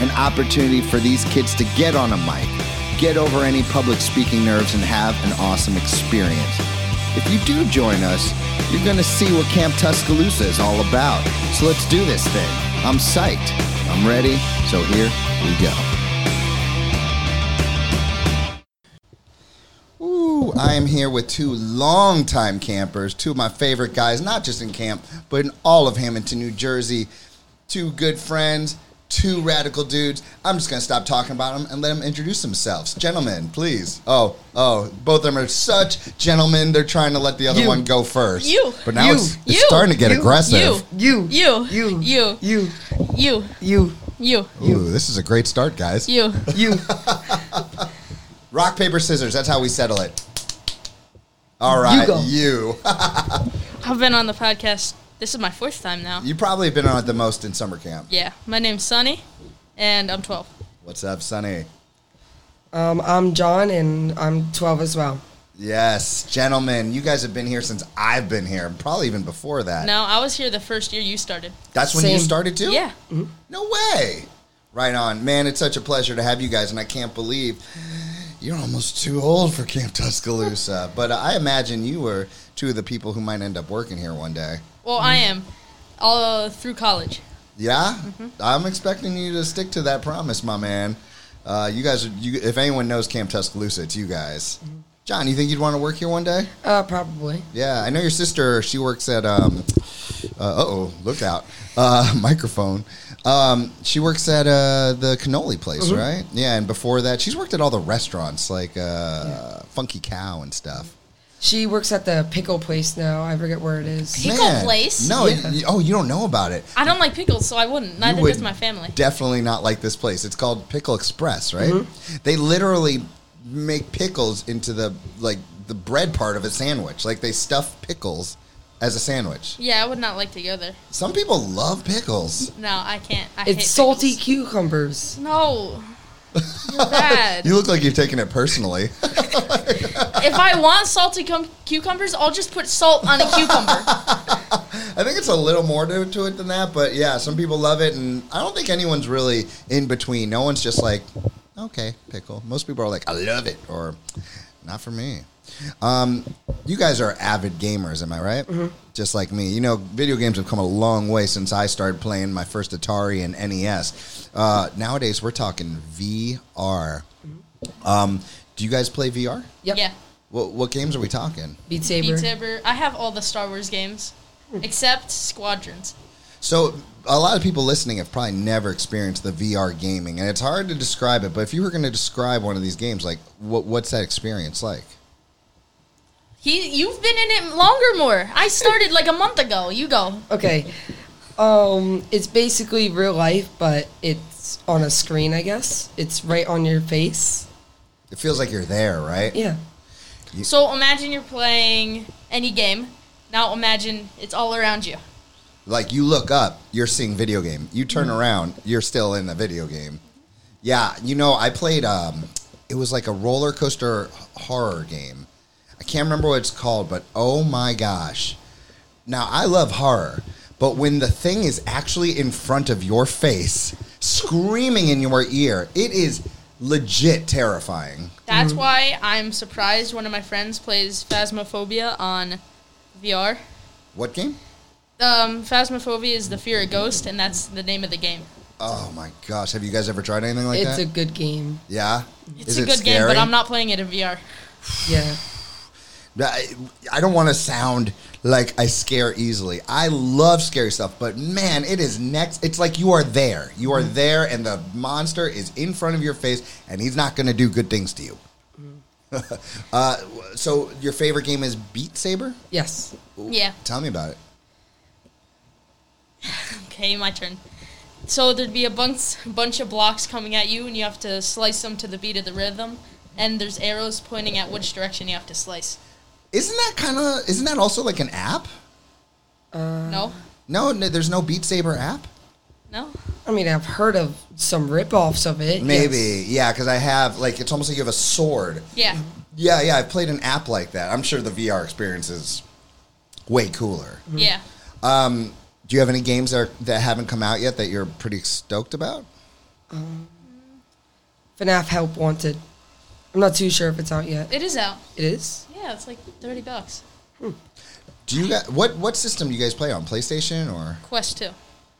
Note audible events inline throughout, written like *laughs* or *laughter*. An opportunity for these kids to get on a mic, get over any public speaking nerves, and have an awesome experience. If you do join us, you're going to see what Camp Tuscaloosa is all about. So let's do this thing. I'm psyched. I'm ready. So here we go. Ooh, I am here with two longtime campers, two of my favorite guys, not just in camp, but in all of Hamilton, New Jersey. Two good friends, two radical dudes. I'm just going to stop talking about them and let them introduce themselves. Gentlemen, please. Oh, oh, both of them are such gentlemen. They're trying to let the other You. one go first. You. But now You. it's, it's starting to get You. aggressive. You. You. You. You. You. You. You. You. Ooh, this is a great start, guys. You. You. *laughs* Rock, paper, scissors. That's how we settle it. All right, go. you. *laughs* I've been on the podcast. This is my fourth time now. You probably have been on it the most in summer camp. Yeah. My name's Sunny, and I'm 12. What's up, Sonny? Um, I'm John, and I'm 12 as well. Yes, gentlemen, you guys have been here since I've been here, probably even before that. No, I was here the first year you started. That's when you Mm-hmm. Same. started too? Yeah. No way. Right on. Man, it's such a pleasure to have you guys, and I can't believe you're almost too old for Camp *laughs* Tuscaloosa. but I imagine you were two of the people who might end up working here one day. Well, I am all through college. Yeah, Mm-hmm. I'm expecting you to stick to that promise, my man. Uh, you guys, you, if anyone knows Camp Tuscaloosa, it's you guys. Mm-hmm. John, you think you'd want to work here one day? Uh, probably. Yeah, I know your sister. She works at um, uh oh, look out, uh, *laughs* microphone. Um, she works at uh, the cannoli place, right? Yeah, and before that, she's worked at all the restaurants like uh, Funky Cow and stuff. She works at the pickle place now. I forget where it is. Pickle place? No, Yeah. you- oh, you don't know about it. I don't like pickles, so I wouldn't. Neither you would does my family. Definitely not like this place. It's called Pickle Express, right? They literally make pickles into the like the bread part of a sandwich. Like they stuff pickles as a sandwich. yeah, I would not like to go there. Some people love pickles. No, I can't. I hate It's salty pickles. cucumbers. *laughs* No. You're bad. You look like you've taken it personally. *laughs* if I want salty cum- cucumbers, I'll just put salt *laughs* on a cucumber. I think it's a little more to, to it than that, but yeah, some people love it, and I don't think anyone's really in between. No one's just like, okay, pickle. Most people are like, I love it, or not for me. Um, you guys are avid gamers, am I right? Just like me. You know, video games have come a long way since I started playing my first Atari and NES. Uh, nowadays, we're talking VR. Um, do you guys play VR? Yep. Yeah. What, what games are we talking? Beat Saber. Beat Saber. I have all the Star Wars games except Squadrons. So a lot of people listening have probably never experienced the VR gaming, and it's hard to describe it. But if you were going to describe one of these games, like what, what's that experience like? He, you've been in it longer, more. I started like a month ago. You go. Okay. Um, it's basically real life, but it's on a screen, I guess. It's right on your face. It feels like you're there, right? Yeah. So imagine you're playing any game. Now imagine it's all around you. Like you look up, you're seeing video game. You turn Mm-hmm. around, you're still in a video game. Yeah, you know, I played. Um, it was like a roller coaster horror game. I can't remember what it's called, but oh my gosh! Now I love horror, but when the thing is actually in front of your face, screaming in your ear, it is legit terrifying. That's why I'm surprised one of my friends plays Phasmophobia on VR. What game? Um, Phasmophobia is the fear of ghosts, and that's the name of the game. Oh my gosh! Have you guys ever tried anything like it's that? a good game. yeah, It's a good game, but I'm not playing it in VR. Yeah. I, I don't want to sound like I scare easily. I love scary stuff, but man, it is next. It's like you are there. You are there, and the monster is in front of your face, and he's not going to do good things to you. *laughs* uh, so, your favorite game is Beat Saber? Yes. Yeah. Tell me about it. Okay, my turn. So there'd be a bunch, bunch of blocks coming at you, and you have to slice them to the beat of the rhythm. And there's arrows pointing at which direction you have to slice. Isn't that kind of? Isn't that also like an app? no, No, n there's no Beat Saber app. no. I mean, I've heard of some rip-offs of it. Maybe, yes. yeah, because I have like it's almost like you have a sword. Yeah, Yeah, yeah, I've played an app like that. I'm sure the VR experience is way cooler. yeah. Do you have any games that, are, that haven't come out yet that you're pretty stoked about? FNAF Help Wanted. I'm not too sure if it's out yet. It is out. It is. Yeah, it's like thirty bucks. Do you guys, what what system do you guys play on? PlayStation or Quest two.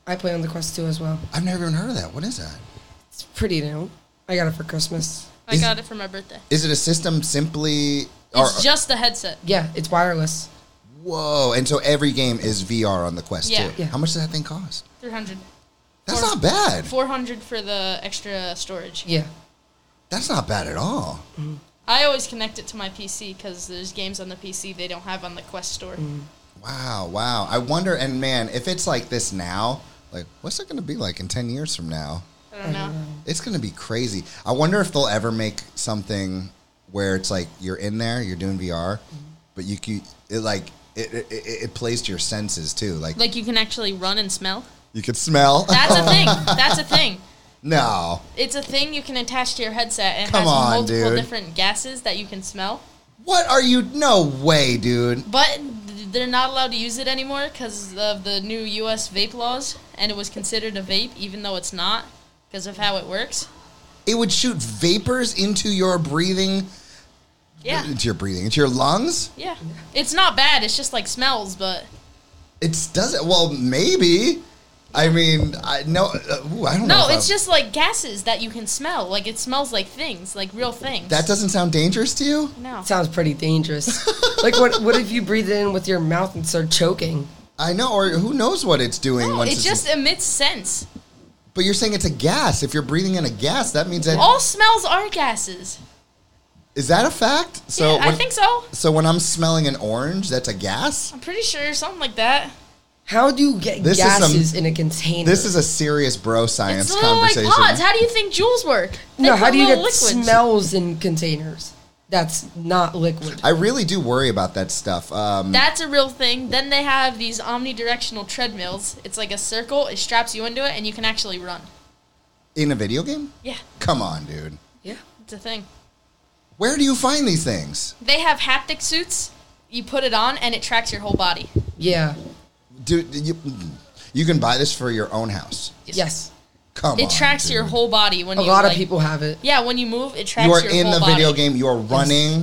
I play on the Quest 2 as well. I've never even heard of that. What is that? It's pretty new. I got it for Christmas. I Is- got it for my birthday. Is it a system simply or It's just the headset. Yeah, it's wireless. whoa? And so every game is VR on the Quest Yeah. too. Yeah. How much does that thing cost? 300. That's Four- not bad. 400 for the extra storage. Yeah. That's not bad at all. I always connect it to my PC because there's games on the PC they don't have on the Quest store. Wow, wow. I wonder, and man, if it's like this now, like, what's it going to be like in 10 years from now? I don't know. It's going to be crazy. I wonder if they'll ever make something where it's like you're in there, you're doing VR, Mm-hmm. but you can, it like, it, it, it, it plays to your senses too. Like, Like you can actually run and smell. you could smell. That's *laughs* a thing. That's a thing. no. It's a thing you can attach to your headset and it Come has on, multiple dude. different gases that you can smell. What are you? No way, dude. But th- they're not allowed to use it anymore because of the new U.S. vape laws, and it was considered a vape even though it's not because of how it works. It would shoot vapors into your breathing, Yeah, into your breathing, into your lungs. yeah. It's not bad. It's just like smells, but It's doesn't. Well, maybe. I mean, I no. Uh, ooh, I don't know. No, if I- it's just like gases that you can smell. Like it smells like things, like real things. That doesn't sound dangerous to you? no. Sounds pretty *laughs* dangerous. like, what What if you breathe it in with your mouth and start choking? I know, or who knows what it's doing No, once it it's just emits scents. But you're saying it's a gas. If you're breathing in a gas, that means that All smells are gases. is that a fact? So yeah, when, I think so. so when I'm smelling an orange, that's a gas? I'm pretty sure something like that. How do you get This is some- gases in a container? This is a serious bro It's science little like conversation. pods. How do you think jewels work? They no. How put do you get little liquids. smells in containers? That's not liquid. I really do worry about that stuff. Um, That's a real thing. Then they have these omnidirectional treadmills. It's like a circle. It straps you into it, and you can actually run. in a video game? Yeah, Come on, dude. yeah. it's a thing. Where do you find these things? They have haptic suits. You put it on, and it tracks your whole body. Yeah. Dude, you, you can buy this for your own house. Yes. Come on. It tracks your dude. whole body when A you lot like- of people have it. Yeah, when you move, it tracks You are your in whole the body. video game, you are running.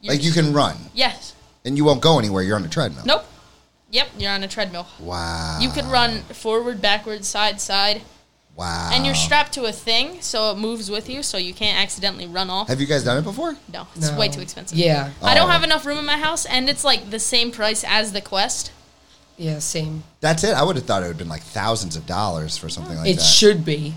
You're- Like you can run Yes. and you won't go anywhere. You're on a treadmill. Nope. Yep. You're on a treadmill. Wow. You could run forward, backward, side, side, Wow. and you're strapped to a thing, so it moves with you, so you can't accidentally run off. Have you guys done it before? No, it's No. way too expensive. Yeah. I Oh. don't have enough room in my house, and it's like the same price as the Quest. Yeah. Same. That's it. I would have thought it would have been like thousands of dollars for something like it that. should be.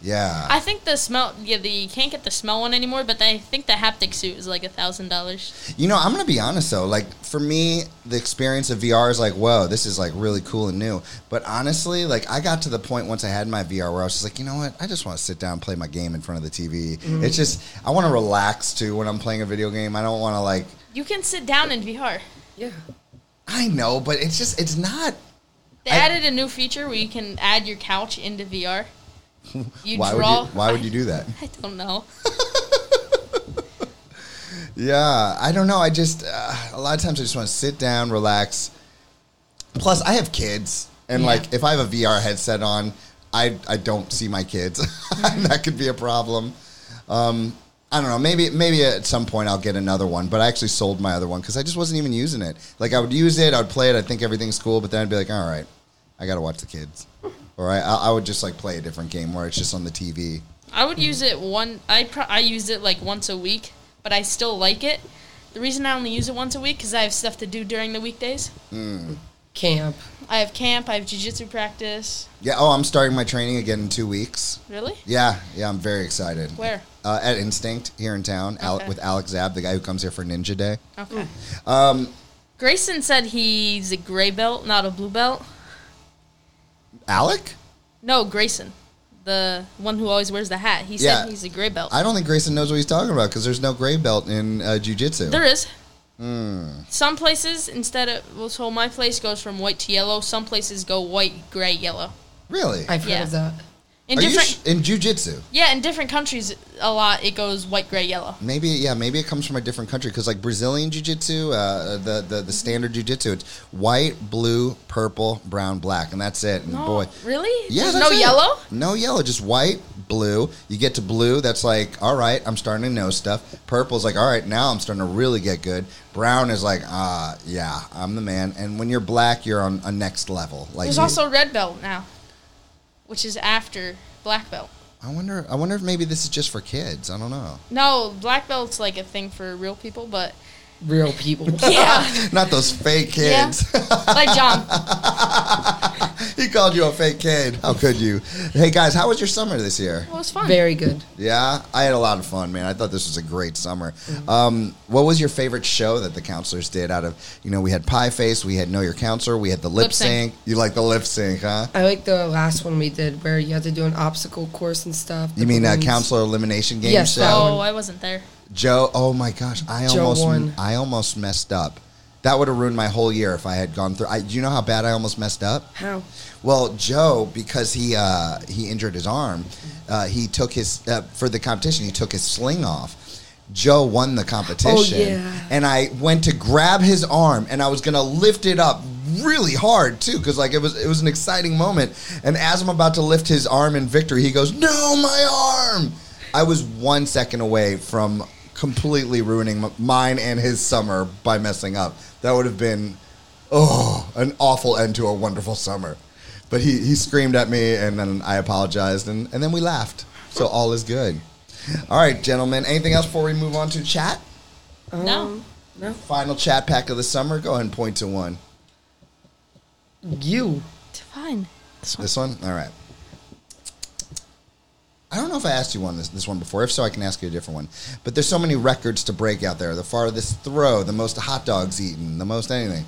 yeah. I think the smell, yeah, the, you can't get the smell one anymore, but I think the haptic suit is like a thousand dollars. you know, I'm gonna be honest though. Like for me, the experience of VR is like, whoa, this is like really cool and new. But honestly, like I got to the point once I had my VR where I was just like, you know what? I just want to sit down, and play my game in front of the TV. Mm-hmm. It's just I want to relax too when I'm playing a video game. I don't want to like. You can sit down in VR. Yeah. I know, but it's just it's not. They I- added a new feature where you can add your couch *laughs* into VR. You why draw. would you? Why would you do that? *laughs* I don't know. Yeah, I don't know. I just uh, a lot of times I just want to sit down, relax. Plus, I have kids, and Yeah. like if I have a VR headset on, I I don't see my kids. *laughs* And that could be a problem. Um, I don't know. Maybe maybe at some point I'll get another one. But I actually sold my other one because I just wasn't even using it. Like I would use it, I'd play it, I'd think everything's cool, but then I'd be like, all right, I gotta watch the kids, or I I I would just like play a different game where it's just on the TV. I would use it one. I pro- I use it like once a week, but I still like it. The reason I only use it once a week because I have stuff to do during the weekdays. Camp. I have camp. I have jujitsu practice. Yeah. Oh, I'm starting my training again in two weeks. Really? Yeah, yeah, I'm very excited. Where? Uh, at Instinct here in town Al- Okay. with Alex Zab, the guy who comes here for Ninja Day. Okay. Um, Grayson said he's a gray belt, not a blue belt. Alec? No, Grayson, the one who always wears the hat. He Yeah. said he's a gray belt. I don't think Grayson knows what he's talking about because there's no gray belt in uh, jujitsu. There is. Hmm. Some places instead of well, so my place goes from white to yellow. Some places go white, gray, yellow. Really? I've heard Yeah. of that. In Are you different, sh- in jujitsu? yeah, in different countries, a lot it goes white, gray, yellow. Maybe yeah, maybe it comes from a different country because like Brazilian jiu-jitsu, uh, the, the the standard jiu-jitsu, it's white, blue, purple, brown, black, and that's it. And No, Mm, boy, really? yeah, There's that's no it. yellow. no yellow, just white, blue. You get to blue, that's like all right, I'm starting to know stuff. Purple's like all right, now I'm starting to really get good. Brown is like ah, yeah, I'm the man. And when you're black, you're on a next level. Like There's you- also red belt now, which is after black belt. I wonder, I wonder if maybe this is just for kids. I don't know. No, black belt's like a thing for real people, *laughs* but Real people. yeah, Not those fake kids. *laughs* like John. He called you a fake kid. How could you? Hey guys, how was your summer this year? Well, it was fun. Very good. Yeah, I had a lot of fun, man. I thought this was a great summer. Um, what was your favorite show that the counselors did? Out of you know, we had Pie Face, we had Know Your Counselor, we had the lip, Lip sync. sync. You like the lip sync, huh? I like the last one we did where you had to do an obstacle course and stuff. You mean uh, balloons. counselor elimination game Yes, show? that Oh, I wasn't there. Joe, oh my gosh, I Joe almost won. I almost messed up. That would have ruined my whole year if I had gone through. I, do you know how bad I almost messed up? How? Well, Joe, because he uh, he injured his arm, uh, he took his uh, for the competition. He took his sling off. Joe won the competition, Oh, yeah. and I went to grab his arm, and I was gonna lift it up really hard too, because like it was it was an exciting moment. And as I'm about to lift his arm in victory, he goes, "No, my arm!" I was one second away from completely ruining m- mine and his summer by messing up. That would have been oh, an awful end to a wonderful summer. But he, he screamed at me, and then I apologized, and, and then we laughed. So all is good. All right, gentlemen. Anything else before we move on to chat? Um, No. Final chat pack of the summer. Go ahead and point to one. You. Fine. This one. This one? All right. I don't know if I asked you one this, this one before. If so, I can ask you a different one. But there's so many records to break out there. The farthest throw, the most hot dogs eaten, the most anything.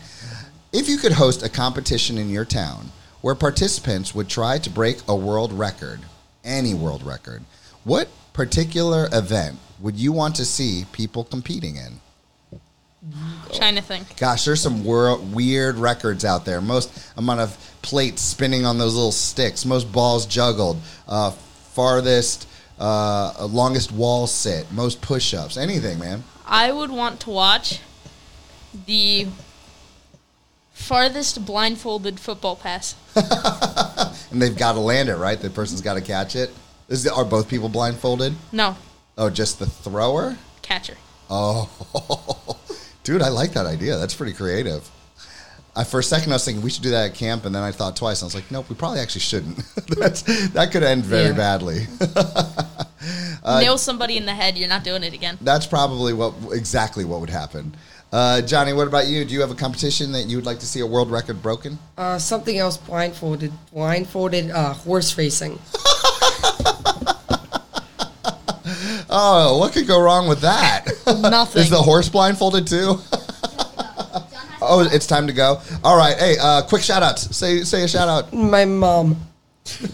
If you could host a competition in your town where participants would try to break a world record, any world record, what particular event would you want to see people competing in? Trying to think. Gosh, there's some wor- weird records out there. Most amount of plates spinning on those little sticks. Most balls juggled. Uh, farthest, uh, longest wall sit. Most push-ups. Anything, man. I would want to watch the farthest blindfolded football pass. And they've got to land it, right? The person's got to catch it. Is the, are both people blindfolded? No, Oh, just the thrower. catcher. Oh, *laughs* dude, I like that idea. That's pretty creative. I, for a second, I was thinking we should do that at camp, and then I thought twice. And I was like, nope, we probably actually shouldn't. *laughs* That's, that could end very Yeah. badly. Nail somebody in the head. You're not doing it again. That's probably what exactly what would happen. Uh, Johnny, what about you? Do you have a competition that you would like to see a world record broken? Uh, something else blindfolded. Blindfolded uh, horse racing. Oh, what could go wrong with that? *laughs* Nothing. Is the horse blindfolded too? *laughs* oh, it's time to go. All right, hey, uh, quick shout outs. Say say a shout out. My mom.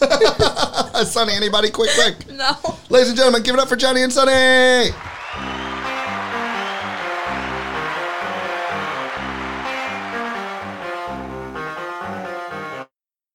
Uh, Sonny, anybody? Quick, quick. no. *laughs* Ladies and gentlemen, give it up for Johnny and Sonny.